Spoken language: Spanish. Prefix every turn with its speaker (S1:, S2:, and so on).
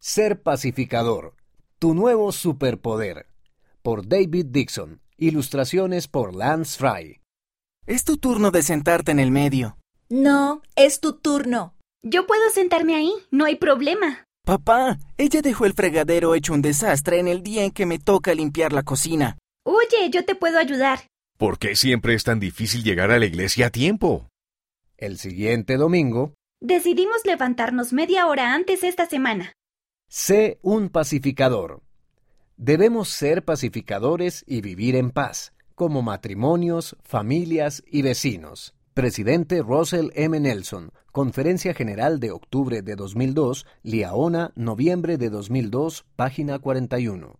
S1: Ser pacificador. Tu nuevo superpoder. Por David Dixon. Ilustraciones por Lance Fry.
S2: Es tu turno de sentarte en el medio.
S3: No, es tu turno.
S4: Yo puedo sentarme ahí, no hay problema.
S2: Papá, ella dejó el fregadero hecho un desastre en el día en que me toca limpiar la cocina.
S4: Oye, yo te puedo ayudar.
S5: ¿Por qué siempre es tan difícil llegar a la iglesia a tiempo?
S1: El siguiente domingo,
S4: Decidimos levantarnos media hora antes esta semana.
S1: sé un pacificador. Debemos ser pacificadores y vivir en paz, como matrimonios, familias y vecinos. Presidente Russell M. Nelson, Conferencia General de octubre de 2002, Liaona, noviembre de 2002, página 41.